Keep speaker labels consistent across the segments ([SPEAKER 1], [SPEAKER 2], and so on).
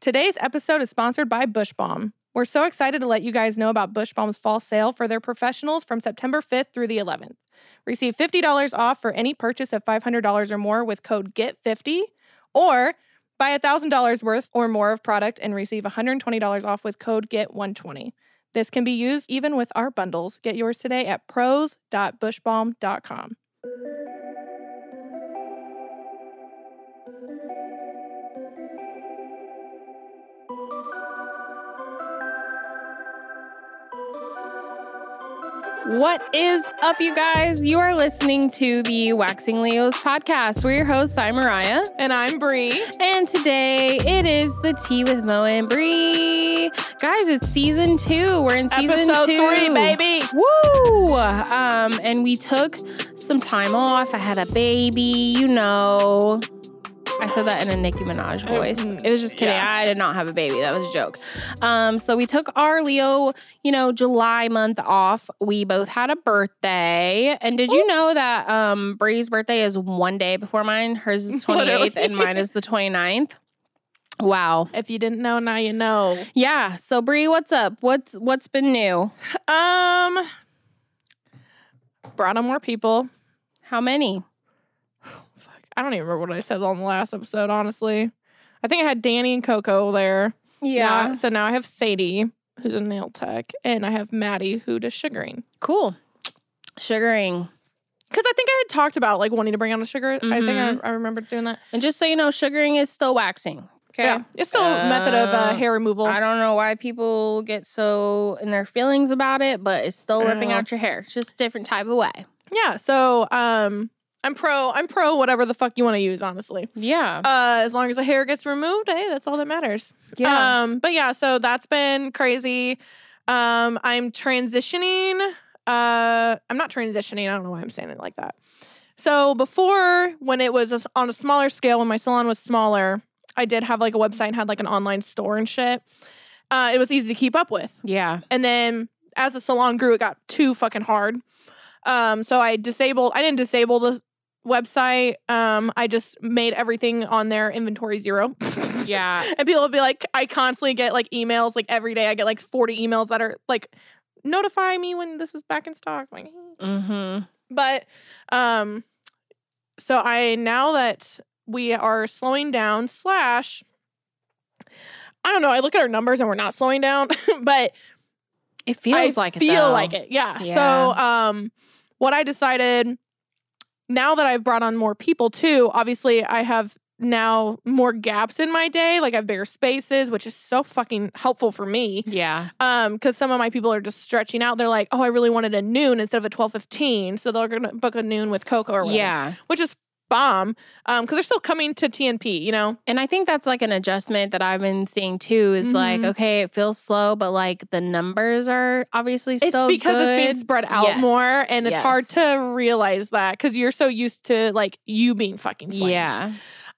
[SPEAKER 1] Today's episode is sponsored by Bush Bomb. We're so excited to let you guys know about Bush Bomb's fall sale for their professionals from September 5th through the 11th. Receive $50 off for any purchase of $500 or more with code GET50 or buy $1,000 worth or more of product and receive $120 off with code GET120. This can be used even with our bundles. Get yours today at pros.bushbalm.com. What is up, you guys? You are listening to the Waxing Leos podcast. We're your hosts, I'm Mariah.
[SPEAKER 2] And I'm Bree.
[SPEAKER 1] And today it is the tea with Mo and Bree. Guys, it's season two. We're in season
[SPEAKER 2] Episode
[SPEAKER 1] two.
[SPEAKER 2] three, baby.
[SPEAKER 1] Woo! Um, and we took some time off. I had a baby, you know. I said that in a Nicki Minaj voice. It was just kidding.
[SPEAKER 2] yeah.
[SPEAKER 1] I did not have a baby. That was a joke. Um, so we took our Leo, you know, July month off. We both had a birthday. And did you know that um Bree's birthday is one day before mine? Hers is 28th and mine is the 29th. Wow.
[SPEAKER 2] If you didn't know, now you know.
[SPEAKER 1] Yeah. So Bree, what's up? What's what's been new?
[SPEAKER 2] Um, brought on more people.
[SPEAKER 1] How many?
[SPEAKER 2] Fuck, I don't even remember what I said on the last episode, honestly. I think I had Danny and Coco there. Now- so now I have Sadie, who's a nail tech, and I have Maddie, who does sugaring.
[SPEAKER 1] Cool. Sugaring.
[SPEAKER 2] Because I think I had talked about like wanting to bring on a sugar. I
[SPEAKER 1] Mhm.
[SPEAKER 2] think I, I remember doing that.
[SPEAKER 1] And just so you know, sugaring is still waxing. Okay.
[SPEAKER 2] Yeah, it's still a method of
[SPEAKER 1] Uh,
[SPEAKER 2] uh, hair removal.
[SPEAKER 1] I don't know why people get so in their feelings about it, but it's still
[SPEAKER 2] I
[SPEAKER 1] ripping
[SPEAKER 2] know.
[SPEAKER 1] out your hair. It's just a different type of way.
[SPEAKER 2] Yeah, so um, I'm pro. I'm pro whatever the fuck you want to use, honestly.
[SPEAKER 1] Yeah.
[SPEAKER 2] Uh, as long as the hair gets removed, hey, that's all that matters.
[SPEAKER 1] yeah.
[SPEAKER 2] Um, but yeah, so that's been crazy. Um, I'm transitioning. Uh, I'm not transitioning. I don't know why I'm saying it like that. So before, when it was a s- on a smaller scale, when my salon was smaller, I did have like a website and had like an online store and shit. Uh, it was easy to keep up with.
[SPEAKER 1] yeah.
[SPEAKER 2] And then as the salon grew, it got too fucking hard. Um, so I disabled, I didn't disable the s- website. Um, I just made everything on their inventory zero.
[SPEAKER 1] Yeah.
[SPEAKER 2] and people will be like, I constantly get like emails, like every day I get like 40 emails that are like, notify me when this is back in stock. Like,
[SPEAKER 1] mm-hmm.
[SPEAKER 2] but um so I now that we are slowing down slash I don't know, I look at our numbers and we're not slowing down, but
[SPEAKER 1] It feels
[SPEAKER 2] I
[SPEAKER 1] like it.
[SPEAKER 2] feel
[SPEAKER 1] though.
[SPEAKER 2] like it. Yeah. So
[SPEAKER 1] Yeah.
[SPEAKER 2] um what I decided now that I've brought on more people too, obviously I have now more gaps in my day, like I have bigger spaces, which is so fucking helpful for me.
[SPEAKER 1] Yeah.
[SPEAKER 2] Um, because some of my people are just stretching out. They're like, oh, I really wanted a noon instead of a twelve fifteen. So they're gonna book a noon with Coco or whatever.
[SPEAKER 1] Yeah.
[SPEAKER 2] Which is bomb. Um, because they're still coming to TNP, you know?
[SPEAKER 1] And I think that's like an adjustment that I've been seeing too is like,
[SPEAKER 2] Mhm.
[SPEAKER 1] okay, it feels slow, but like the numbers are obviously
[SPEAKER 2] It's
[SPEAKER 1] still
[SPEAKER 2] because it's being
[SPEAKER 1] good.
[SPEAKER 2] spread out
[SPEAKER 1] Yes,
[SPEAKER 2] more and it's hard
[SPEAKER 1] yes.
[SPEAKER 2] to realize that because you're so used to like you being fucking slammed.
[SPEAKER 1] Yeah.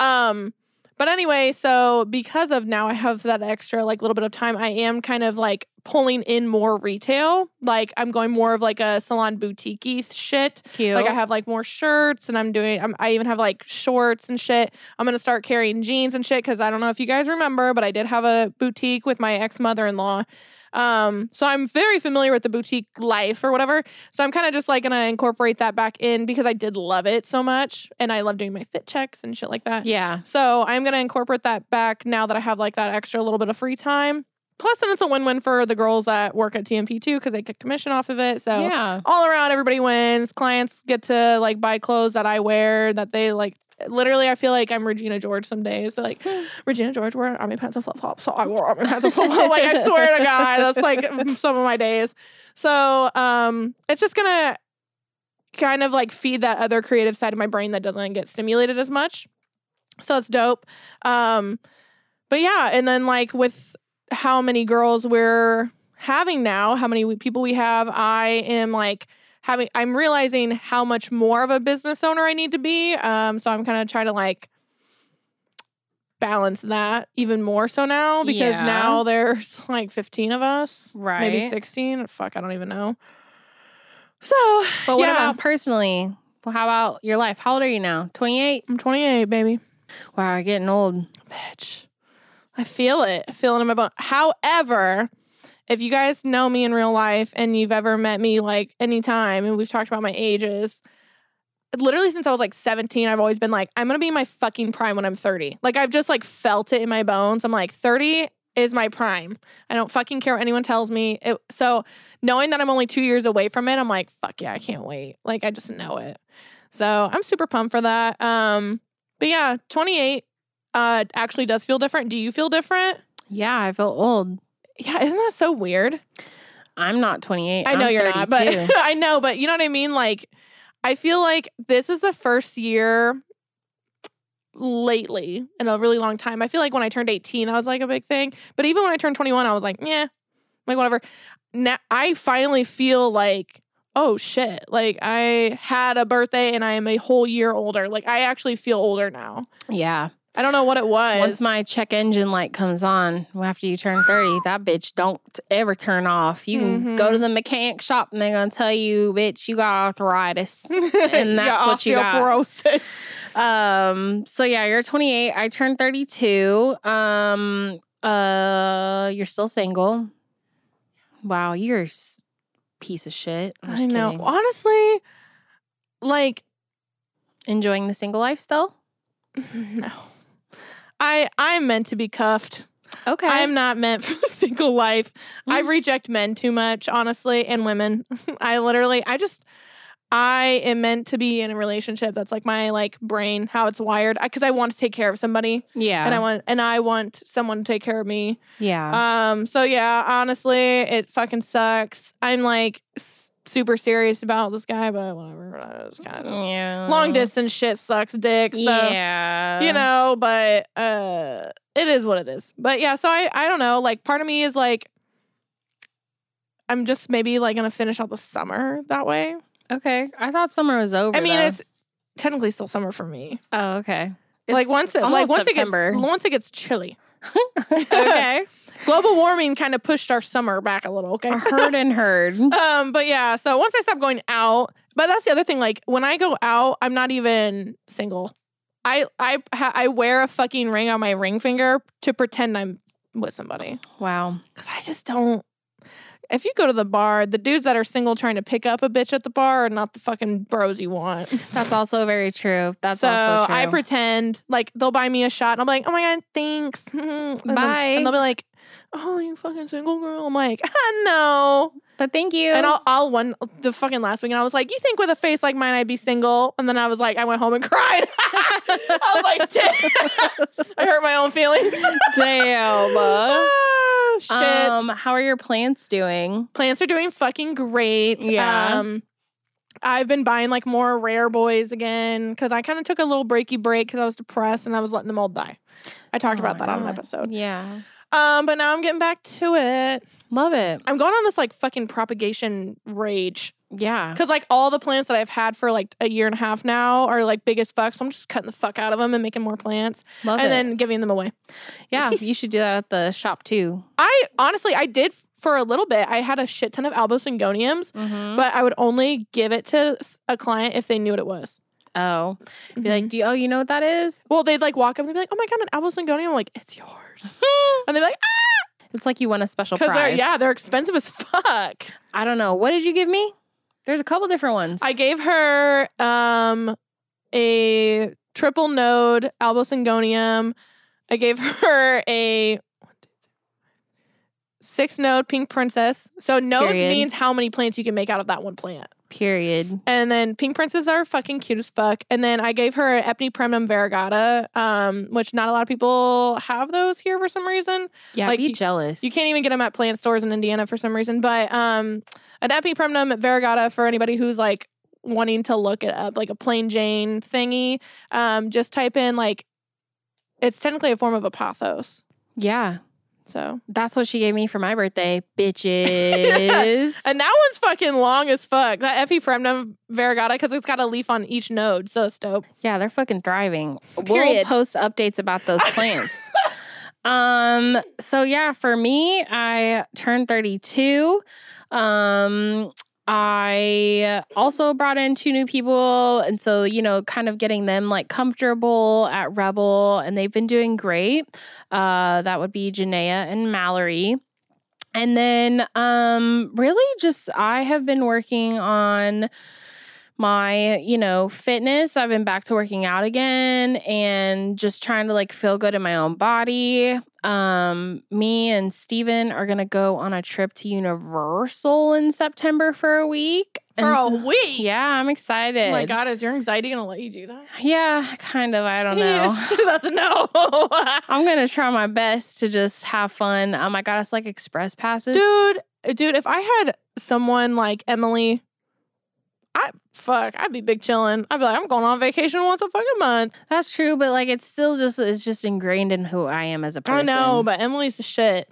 [SPEAKER 2] Um, but anyway, so because of now I have that extra like little bit of time, I am kind of like pulling in more retail. Like I'm going more of like a salon boutique shit.
[SPEAKER 1] Cute.
[SPEAKER 2] Like I have like more shirts and I'm doing I'm, I even have like shorts and shit. I'm going to start carrying jeans and shit cuz I don't know if you guys remember, but I did have a boutique with my ex-mother-in-law. Um so I'm very familiar with the boutique life or whatever. So I'm kind of just like going to incorporate that back in because I did love it so much and I love doing my fit checks and shit like that.
[SPEAKER 1] yeah.
[SPEAKER 2] So I'm gonna incorporate that back now that I have like that extra little bit of free time. Plus, and it's a win-win for the girls that work at TMP too because they get commission off of it. So
[SPEAKER 1] yeah.
[SPEAKER 2] all around, everybody wins. Clients get to like buy clothes that I wear that they like. Literally, I feel like I'm Regina George some days. They're like, Regina George wore an army pants and flip flops, so I wore army pants and flip flops. Like I swear to God, that's like some of my days. So um, it's just gonna kind of like feed that other creative side of my brain that doesn't get stimulated as much. So it's dope. Um, but yeah, and then like with how many girls we're having now, how many we- people we have, I am like having. I'm realizing how much more of a business owner I need to be. Um, so I'm kind of trying to like balance that even more so now because
[SPEAKER 1] Yeah.
[SPEAKER 2] now there's like 15 of us,
[SPEAKER 1] Right.
[SPEAKER 2] maybe 16. Fuck, I don't even know. So,
[SPEAKER 1] But what
[SPEAKER 2] yeah,
[SPEAKER 1] about personally? Well, how about your life? How old are you now? 28?
[SPEAKER 2] I'm 28, baby.
[SPEAKER 1] Wow, you're getting old.
[SPEAKER 2] Bitch. I feel it. I feel it in my bone. However, if you guys know me in real life and you've ever met me like anytime and we've talked about my ages, literally since I was like 17, I've always been like, I'm gonna be in my fucking prime when I'm 30. Like I've just like felt it in my bones. I'm like, 30 is my prime. I don't fucking care what anyone tells me. It, so knowing that I'm only two years away from it, I'm like, fuck yeah, I can't wait. Like I just know it. So I'm super pumped for that. Um, but yeah, 28 uh actually does feel different. Do you feel different?
[SPEAKER 1] Yeah, I feel old.
[SPEAKER 2] Yeah, isn't that so weird?
[SPEAKER 1] I'm not 28.
[SPEAKER 2] I know
[SPEAKER 1] I'm
[SPEAKER 2] you're not, but
[SPEAKER 1] 32.
[SPEAKER 2] I know, but you know what I mean? Like, I feel like this is the first year lately in a really long time. I feel like when I turned 18, that was like a big thing. But even when I turned 21, I was like, yeah, like whatever. Now I finally feel like, oh shit, like I had a birthday and I am a whole year older. Like I actually feel older now.
[SPEAKER 1] yeah.
[SPEAKER 2] I don't know what it was.
[SPEAKER 1] Once my check engine light comes on after you turn 30, that bitch don't ever turn off. You can
[SPEAKER 2] Mm-hmm.
[SPEAKER 1] go to the mechanic shop and they're going to tell you, bitch, you got arthritis. and that's what you got.
[SPEAKER 2] osteoporosis.
[SPEAKER 1] Um, so yeah, you're 28. I turned 32. Um, uh, you're still single. Wow, you're a s- piece of shit. I'm just
[SPEAKER 2] I know.
[SPEAKER 1] kidding.
[SPEAKER 2] Honestly, like
[SPEAKER 1] Enjoying the single life still?
[SPEAKER 2] No. I I'm meant to be cuffed.
[SPEAKER 1] Okay. Mm-hmm.
[SPEAKER 2] I'm not meant for the single life. I reject men too much, honestly, and women. I literally I just I am meant to be in a relationship. That's like my like brain, how it's wired. Because I, want to take care of somebody,
[SPEAKER 1] yeah.
[SPEAKER 2] and I want and I want someone to take care of me.
[SPEAKER 1] yeah.
[SPEAKER 2] Um. So yeah, honestly, it fucking sucks. I'm like s- super serious about this guy, but whatever. It's kind of
[SPEAKER 1] yeah.
[SPEAKER 2] long distance shit sucks, dick. So
[SPEAKER 1] Mm-hmm. yeah.
[SPEAKER 2] you know but uh it is what it is but yeah so i i don't know like part of me is like i'm just maybe like gonna finish out the summer that way
[SPEAKER 1] Okay. I thought summer was over.
[SPEAKER 2] i mean
[SPEAKER 1] though.
[SPEAKER 2] it's technically still summer for me
[SPEAKER 1] Oh, okay.
[SPEAKER 2] like once it like once it gets once it gets chilly okay global warming kind of pushed our summer back a little okay
[SPEAKER 1] heard and heard.
[SPEAKER 2] um but yeah so once i stop going out but that's the other thing like when i go out i'm not even single i i ha- i wear a fucking ring on my ring finger to pretend i'm with somebody
[SPEAKER 1] Wow.
[SPEAKER 2] because i just don't if you go to the bar the dudes that are single trying to pick up a bitch at the bar are not the fucking bros you want
[SPEAKER 1] That's also very true. That's
[SPEAKER 2] so
[SPEAKER 1] also true.
[SPEAKER 2] i pretend like they'll buy me a shot and i'm like oh my god thanks and then-
[SPEAKER 1] Bye.
[SPEAKER 2] and they'll be like oh you fucking single girl i'm like ah, no
[SPEAKER 1] but thank you.
[SPEAKER 2] and I'll, I'll one the fucking last week, and I was like, "You think with a face like mine, I'd be single?" And then I was like, I went home and cried. I was like, "Damn." I hurt my own feelings.
[SPEAKER 1] Damn.
[SPEAKER 2] Ah, shit.
[SPEAKER 1] Um, how are your plants doing?
[SPEAKER 2] Plants are doing fucking great.
[SPEAKER 1] Yeah.
[SPEAKER 2] Um, I've been buying like more rare boys again because I kind of took a little breaky break because I was depressed and I was letting them all die. I talked
[SPEAKER 1] Oh
[SPEAKER 2] about
[SPEAKER 1] my
[SPEAKER 2] that on an
[SPEAKER 1] God.
[SPEAKER 2] episode.
[SPEAKER 1] Yeah.
[SPEAKER 2] Um, but now I'm getting back to it.
[SPEAKER 1] Love it.
[SPEAKER 2] I'm going on this like fucking propagation rage.
[SPEAKER 1] Yeah.
[SPEAKER 2] Because like all the plants that I've had for like a year and a half now are like big as fuck. So I'm just cutting the fuck out of them and making more plants
[SPEAKER 1] Love
[SPEAKER 2] and
[SPEAKER 1] it.
[SPEAKER 2] then giving them away.
[SPEAKER 1] yeah, you should do that at the shop too.
[SPEAKER 2] I honestly, I did for a little bit. I had a shit ton of albosingoniums,
[SPEAKER 1] Mm-hmm.
[SPEAKER 2] but I would only give it to s- a client if they knew what it was.
[SPEAKER 1] Oh, be like, do you, oh, you know what that is?
[SPEAKER 2] well, they'd like walk up and they'd be like, oh my God, an albosingonium. I'm like, it's yours. and they'd be like,
[SPEAKER 1] It's like you won a special
[SPEAKER 2] because they're,
[SPEAKER 1] prize.
[SPEAKER 2] yeah, they're expensive as fuck.
[SPEAKER 1] I don't know. What did you give me? There's a couple different ones.
[SPEAKER 2] I gave her um a triple node albosingonium. I gave her a six node pink princess. So nodes
[SPEAKER 1] Period.
[SPEAKER 2] means how many plants you can make out of that one plant.
[SPEAKER 1] period.
[SPEAKER 2] And then pink princes are fucking cute as fuck. And then I gave her an Epinephremnum variegata, um, which not a lot of people have those here for some reason.
[SPEAKER 1] Yeah,
[SPEAKER 2] Like,
[SPEAKER 1] be
[SPEAKER 2] you-
[SPEAKER 1] jealous.
[SPEAKER 2] You can't even get them at plant stores in Indiana for some reason. But um, an Epipremnum variegata for anybody who's like wanting to look it up, like a plain Jane thingy. Um, just type in like it's technically a form of apothos.
[SPEAKER 1] Yeah,
[SPEAKER 2] So
[SPEAKER 1] that's what she gave me for my birthday, bitches.
[SPEAKER 2] and that one's fucking long as fuck. That Epipremnum variegata because it's got a leaf on each node, so it's dope.
[SPEAKER 1] Yeah, they're fucking thriving. We'll
[SPEAKER 2] Period.
[SPEAKER 1] post updates about those plants. um, so yeah, for me, I turned 32. Um, I also brought in two new people. And so, you know, kind of getting them like comfortable at Rebel, and they've been doing great. Uh, that would be Janaea and Mallory. And then, um, really, just I have been working on my, you know, fitness. I've been back to working out again and just trying to like feel good in my own body. Um, me and Steven are gonna go on a trip to Universal in September for a week. And
[SPEAKER 2] for a
[SPEAKER 1] so-
[SPEAKER 2] week.
[SPEAKER 1] yeah, I'm excited.
[SPEAKER 2] Oh my God, is your anxiety gonna let you do that?
[SPEAKER 1] Yeah, kind of. I don't know.
[SPEAKER 2] That's a no.
[SPEAKER 1] I'm gonna try my best to just have fun. Um, I got us like express passes.
[SPEAKER 2] dude, uh, dude, if I had someone like Emily, I fuck, I'd be big chilling. I'd be like, I'm going on vacation once a fucking month.
[SPEAKER 1] That's true, but like it's still just it's just ingrained in who I am as a person.
[SPEAKER 2] I know, but Emily's the shit.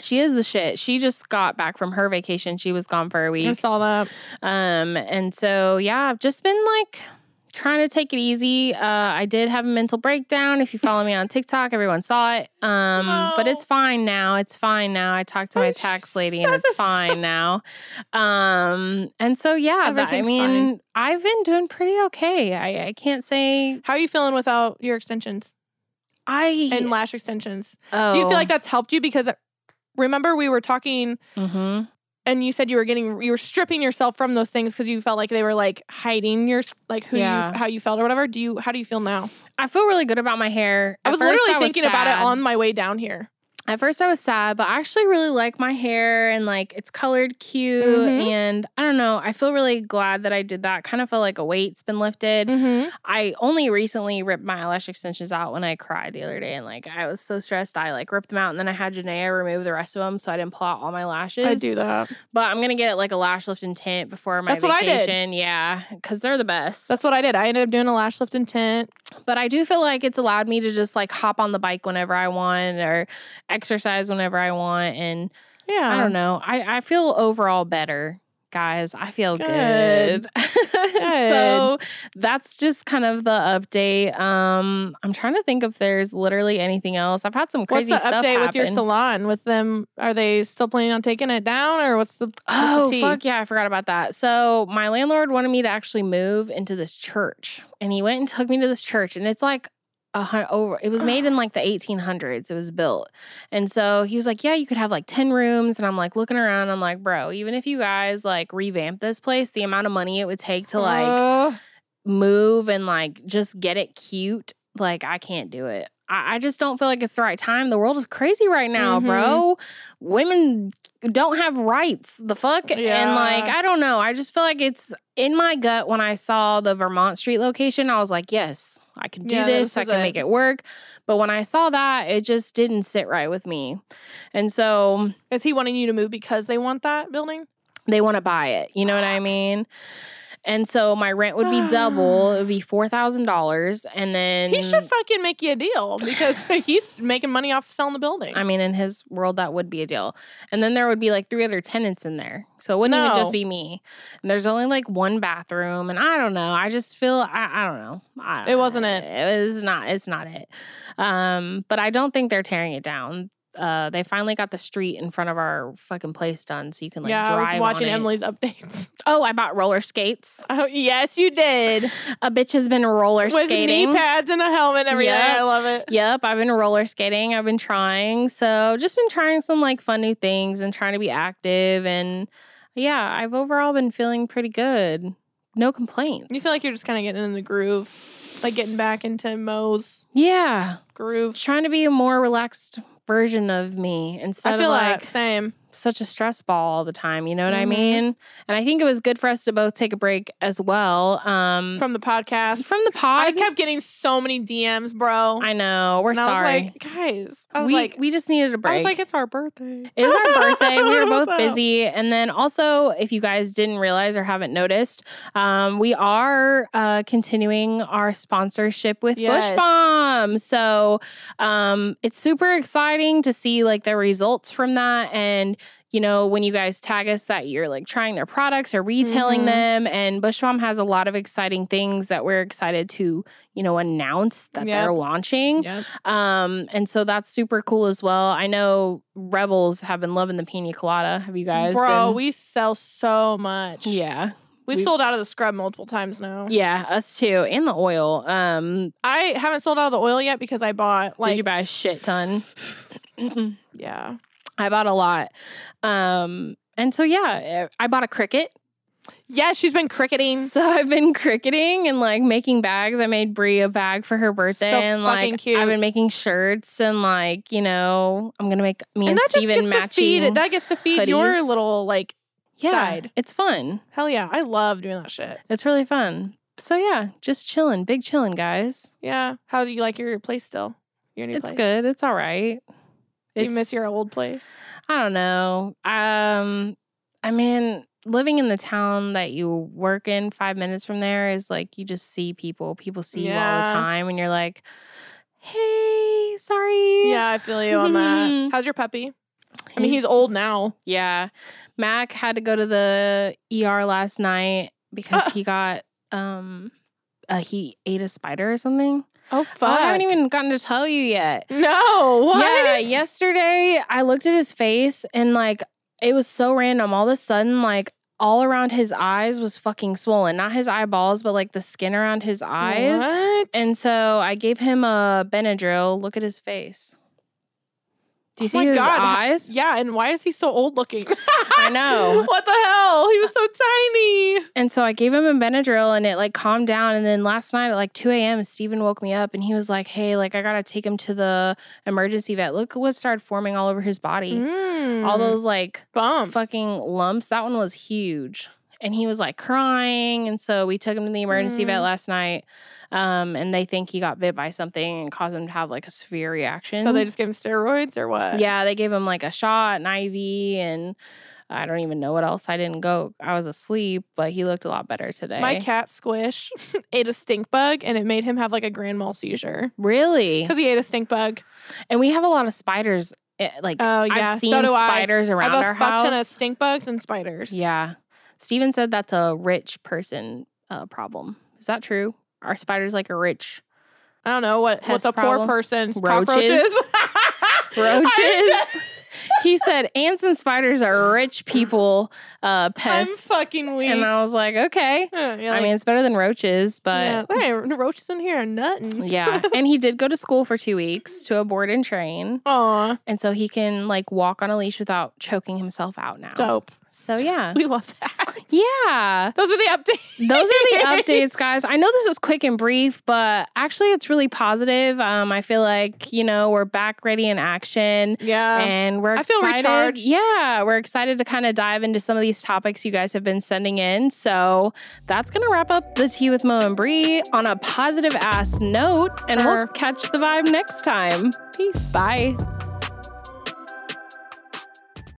[SPEAKER 1] she is the shit. She just got back from her vacation. She was gone for a
[SPEAKER 2] I
[SPEAKER 1] week.
[SPEAKER 2] saw that.
[SPEAKER 1] Um, and so yeah, I've just been like trying to take it easy. Uh, I did have a mental breakdown. If you follow me on TikTok, everyone saw it. Um, but
[SPEAKER 2] No.
[SPEAKER 1] it's fine now. It's fine now. I talked to my
[SPEAKER 2] Oh, she
[SPEAKER 1] tax lady, and
[SPEAKER 2] says
[SPEAKER 1] it's
[SPEAKER 2] it's
[SPEAKER 1] fine now. Um, and so yeah, that, I
[SPEAKER 2] Everything's
[SPEAKER 1] mean, I've been doing pretty okay. I, I can't say
[SPEAKER 2] How are you feeling without your extensions
[SPEAKER 1] I.
[SPEAKER 2] and lash extensions?
[SPEAKER 1] oh,
[SPEAKER 2] Do you feel like that's helped you? Because uh, remember we were talking
[SPEAKER 1] hmm
[SPEAKER 2] and you said you were getting you were stripping yourself from those things because you felt like they were like hiding your like who
[SPEAKER 1] Yeah.
[SPEAKER 2] you how you felt or whatever. Do you how do you feel now?
[SPEAKER 1] I feel really good about my hair.
[SPEAKER 2] I
[SPEAKER 1] At
[SPEAKER 2] was
[SPEAKER 1] first,
[SPEAKER 2] literally
[SPEAKER 1] was
[SPEAKER 2] thinking about it
[SPEAKER 1] sad.
[SPEAKER 2] on my way down here.
[SPEAKER 1] At first, I was sad, but I actually really like my hair and like it's colored cute.
[SPEAKER 2] Mhm.
[SPEAKER 1] And I don't know, I feel really glad that I did that. Kind of feel like a weight's been lifted.
[SPEAKER 2] Mm-hmm.
[SPEAKER 1] I only recently ripped my eyelash extensions out when I cried the other day. And like I was so stressed, I like ripped them out and then I had Janaea remove the rest of them so I didn't pull out all my lashes.
[SPEAKER 2] I do that.
[SPEAKER 1] But I'm going to get like a lash lift and tint before my
[SPEAKER 2] That's what I
[SPEAKER 1] vacation.
[SPEAKER 2] did.
[SPEAKER 1] Yeah, because they're the best.
[SPEAKER 2] That's what I did. I ended up doing a lash lift and tint.
[SPEAKER 1] But I do feel like it's allowed me to just like hop on the bike whenever I want or exercise whenever I want. And
[SPEAKER 2] Yeah,
[SPEAKER 1] I don't know. I, I feel overall better, guys. I feel good.
[SPEAKER 2] Good.
[SPEAKER 1] so that's just kind of the update. Um, I'm trying to think if there's literally anything else. I've had some
[SPEAKER 2] What's
[SPEAKER 1] crazy
[SPEAKER 2] the
[SPEAKER 1] stuff
[SPEAKER 2] update with your
[SPEAKER 1] happen.
[SPEAKER 2] salon? With them, are they still planning on taking it down, or what's the what's the
[SPEAKER 1] Oh
[SPEAKER 2] tea?
[SPEAKER 1] fuck yeah, I forgot about that. So my landlord wanted me to actually move into this church, and he went and took me to this church, and it's like a hun- over. It was made in like the 1800s. It was built, and so he was like, "Yeah, you could have like 10 rooms." And I'm like looking around. I'm like, "Bro, even if you guys like revamp this place, the amount of money it would take to like
[SPEAKER 2] Oh,
[SPEAKER 1] move and like just get it cute, like I can't do it." I I just don't feel like it's the right time. The world is crazy right now,
[SPEAKER 2] Mhm.
[SPEAKER 1] bro. Women don't have rights. The fuck? And
[SPEAKER 2] Yeah.
[SPEAKER 1] like, I don't know. I just feel like it's in my gut when I saw the Vermont Street location, I was like, yes, I can do
[SPEAKER 2] Yeah,
[SPEAKER 1] this.
[SPEAKER 2] this
[SPEAKER 1] I
[SPEAKER 2] is
[SPEAKER 1] can
[SPEAKER 2] it.
[SPEAKER 1] make it work. But when I saw that, it just didn't sit right with me. And so
[SPEAKER 2] is he wanting you to move because they want that building?
[SPEAKER 1] they want to buy it. You know what I mean? And so my rent would be double. It would be four thousand dollars, and then
[SPEAKER 2] He should fucking make you a deal because he's making money off selling the building.
[SPEAKER 1] I mean, in his world, that would be a deal. And then there would be like three other tenants in there. So it wouldn't even just
[SPEAKER 2] No.
[SPEAKER 1] be me. And there's only like one bathroom. And I don't know. I just feel, I, I don't know. I don't
[SPEAKER 2] It wasn't
[SPEAKER 1] know.
[SPEAKER 2] it.
[SPEAKER 1] It was not, it's not it. Um, but I don't think they're tearing it down. Uh, they finally got the street in front of our fucking place done so you can like
[SPEAKER 2] yeah, I
[SPEAKER 1] drive.
[SPEAKER 2] was watching
[SPEAKER 1] on it.
[SPEAKER 2] Emily's updates.
[SPEAKER 1] Oh, I bought roller skates.
[SPEAKER 2] Oh, yes, you did
[SPEAKER 1] A bitch has been roller
[SPEAKER 2] with
[SPEAKER 1] skating.
[SPEAKER 2] knee pads and a helmet. and Everything.
[SPEAKER 1] Yep.
[SPEAKER 2] I love it.
[SPEAKER 1] Yep, I've been roller skating. I've been trying. So, just been trying some like fun new things and trying to be active. And yeah, I've overall been feeling pretty good. No complaints.
[SPEAKER 2] You feel like you're just kind of getting in the groove, like getting back into Mo's
[SPEAKER 1] yeah,
[SPEAKER 2] groove.
[SPEAKER 1] trying to be a more relaxed version of me instead
[SPEAKER 2] I feel
[SPEAKER 1] of
[SPEAKER 2] like
[SPEAKER 1] like
[SPEAKER 2] same.
[SPEAKER 1] such a stress ball all the time. You know what I
[SPEAKER 2] Mhm.
[SPEAKER 1] mean? And I think it was good for us to both take a break as well. Um,
[SPEAKER 2] from the podcast.
[SPEAKER 1] from the pod.
[SPEAKER 2] I kept getting so many DMs, bro.
[SPEAKER 1] I know we're
[SPEAKER 2] and
[SPEAKER 1] sorry.
[SPEAKER 2] I was like, guys, I was
[SPEAKER 1] we
[SPEAKER 2] like,
[SPEAKER 1] we just needed a break.
[SPEAKER 2] I was like, it's our birthday.
[SPEAKER 1] It is our birthday. We were both
[SPEAKER 2] So-
[SPEAKER 1] busy. And then also, if you guys didn't realize or haven't noticed, um, we are uh, continuing our sponsorship with Bush
[SPEAKER 2] Yes.
[SPEAKER 1] Bomb. So um, it's super exciting to see like the results from that. And you know, when you guys tag us that you're like trying their products or retailing
[SPEAKER 2] Mm-hmm.
[SPEAKER 1] them. And Bush Bomb has a lot of exciting things that we're excited to, you know, announce that
[SPEAKER 2] Yep.
[SPEAKER 1] they're launching.
[SPEAKER 2] Yep.
[SPEAKER 1] Um, and so that's super cool as well. I know Rebels have been loving the pina colada. Have you guys?
[SPEAKER 2] Bro,
[SPEAKER 1] been-
[SPEAKER 2] we sell so much.
[SPEAKER 1] yeah,
[SPEAKER 2] We've
[SPEAKER 1] we-
[SPEAKER 2] sold out of the scrub multiple times now.
[SPEAKER 1] yeah, us too, and the oil. Um,
[SPEAKER 2] I haven't sold out of the oil yet because I bought like
[SPEAKER 1] did you buy a shit ton?
[SPEAKER 2] yeah.
[SPEAKER 1] I bought a lot. Um, and so yeah, eh, I bought a cricket.
[SPEAKER 2] Yeah, she's been cricketing.
[SPEAKER 1] So I've been cricketing and like making bags. I made Brie a bag for her birthday,
[SPEAKER 2] So
[SPEAKER 1] and
[SPEAKER 2] fucking
[SPEAKER 1] like
[SPEAKER 2] cute.
[SPEAKER 1] I've been making shirts and like you know I'm gonna make me and,
[SPEAKER 2] and that just gets
[SPEAKER 1] Steven
[SPEAKER 2] to
[SPEAKER 1] matching.
[SPEAKER 2] feed that gets to feed your
[SPEAKER 1] hoodies.
[SPEAKER 2] little like
[SPEAKER 1] yeah,
[SPEAKER 2] side.
[SPEAKER 1] it's fun.
[SPEAKER 2] hell yeah, I love doing that shit.
[SPEAKER 1] It's really fun. So yeah, just chilling, big chilling, guys.
[SPEAKER 2] Yeah. How do you like your place still? Your new
[SPEAKER 1] it's
[SPEAKER 2] place?
[SPEAKER 1] good. It's all right.
[SPEAKER 2] Do you miss
[SPEAKER 1] It's-
[SPEAKER 2] your old place?
[SPEAKER 1] I don't know. Um, I mean, living in the town that you work in, five minutes from there is like you just see people. People see you all the
[SPEAKER 2] Yeah.
[SPEAKER 1] time, and you're like, "Hey, sorry."
[SPEAKER 2] Yeah, I feel you on that. How's your puppy? I mean, he's old now.
[SPEAKER 1] yeah. Mac had to go to the ER last night because
[SPEAKER 2] Ah.
[SPEAKER 1] he got um, uh, he ate a spider or something.
[SPEAKER 2] Oh
[SPEAKER 1] Oh,
[SPEAKER 2] fuck!
[SPEAKER 1] I haven't even gotten to tell you yet.
[SPEAKER 2] no. What?
[SPEAKER 1] Yeah, yesterday I looked at his face and like it was so random. All of a sudden, like all around his eyes was fucking swollen. Not his eyeballs, but like the skin around his eyes.
[SPEAKER 2] What?
[SPEAKER 1] And so I gave him a Benadryl. Look at his face. Do you
[SPEAKER 2] Oh
[SPEAKER 1] see
[SPEAKER 2] my
[SPEAKER 1] his
[SPEAKER 2] God, ha-
[SPEAKER 1] eyes?
[SPEAKER 2] yeah, and why is he so old looking?
[SPEAKER 1] I know.
[SPEAKER 2] what the hell? He was so tiny.
[SPEAKER 1] And so I gave him a Benadryl and it like calmed down. And then last night at like 2 a.m., Steven woke me up and he was like, Hey, like I gotta take him to the emergency vet. Look what started forming all over his body.
[SPEAKER 2] Mm.
[SPEAKER 1] All those like
[SPEAKER 2] bumps.
[SPEAKER 1] fucking lumps. That one was huge. And he was like crying. And so we took him to the emergency
[SPEAKER 2] Mm.
[SPEAKER 1] vet last night. Um, and they think he got bit by something and caused him to have like a severe reaction.
[SPEAKER 2] so they just gave him steroids or what?
[SPEAKER 1] yeah, they gave him like a shot, an IV, and I don't even know what else. I didn't go. I was asleep, but he looked a lot better today.
[SPEAKER 2] My cat Squish ate a stink bug and it made him have like a grand mal seizure
[SPEAKER 1] Really?
[SPEAKER 2] because he ate a stink bug.
[SPEAKER 1] And we have a lot of spiders. eh, Like,
[SPEAKER 2] Oh yeah,
[SPEAKER 1] I've seen
[SPEAKER 2] so do
[SPEAKER 1] spiders
[SPEAKER 2] I. I
[SPEAKER 1] around
[SPEAKER 2] have a
[SPEAKER 1] our
[SPEAKER 2] fuck ton of
[SPEAKER 1] house.
[SPEAKER 2] stink bugs and spiders.
[SPEAKER 1] Yeah. Steven said that's a rich person uh, problem. Is that true? Are spiders like a rich?
[SPEAKER 2] I don't know what
[SPEAKER 1] Pest
[SPEAKER 2] what's a poor
[SPEAKER 1] problem?
[SPEAKER 2] person's
[SPEAKER 1] Roaches.
[SPEAKER 2] cockroaches. I'm
[SPEAKER 1] roaches. he said ants and spiders are rich people uh,
[SPEAKER 2] I'm
[SPEAKER 1] pests.
[SPEAKER 2] fucking weak.
[SPEAKER 1] and I was like, okay.
[SPEAKER 2] Huh, you're
[SPEAKER 1] I
[SPEAKER 2] like,
[SPEAKER 1] mean, it's better than roaches,
[SPEAKER 2] yeah,
[SPEAKER 1] but
[SPEAKER 2] there ain't roaches in here or nothing.
[SPEAKER 1] yeah. and he did go to school for two weeks to a board and train,
[SPEAKER 2] Aw,
[SPEAKER 1] and so he can like walk on a leash without choking himself out now.
[SPEAKER 2] dope.
[SPEAKER 1] So yeah,
[SPEAKER 2] We love that.
[SPEAKER 1] yeah.
[SPEAKER 2] Those are the updates.
[SPEAKER 1] Those are the updates, guys. I know this is quick and brief, but actually, it's really positive. Um, I feel like you know we're back, ready in action.
[SPEAKER 2] Yeah.
[SPEAKER 1] and we're
[SPEAKER 2] I feel
[SPEAKER 1] excited.
[SPEAKER 2] recharged.
[SPEAKER 1] Yeah, we're excited to kind of dive into some of these topics you guys have been sending in. So that's gonna wrap up the tea with Mo and Bree on a positive ass note, and we'll catch the vibe next time. Peace. Bye.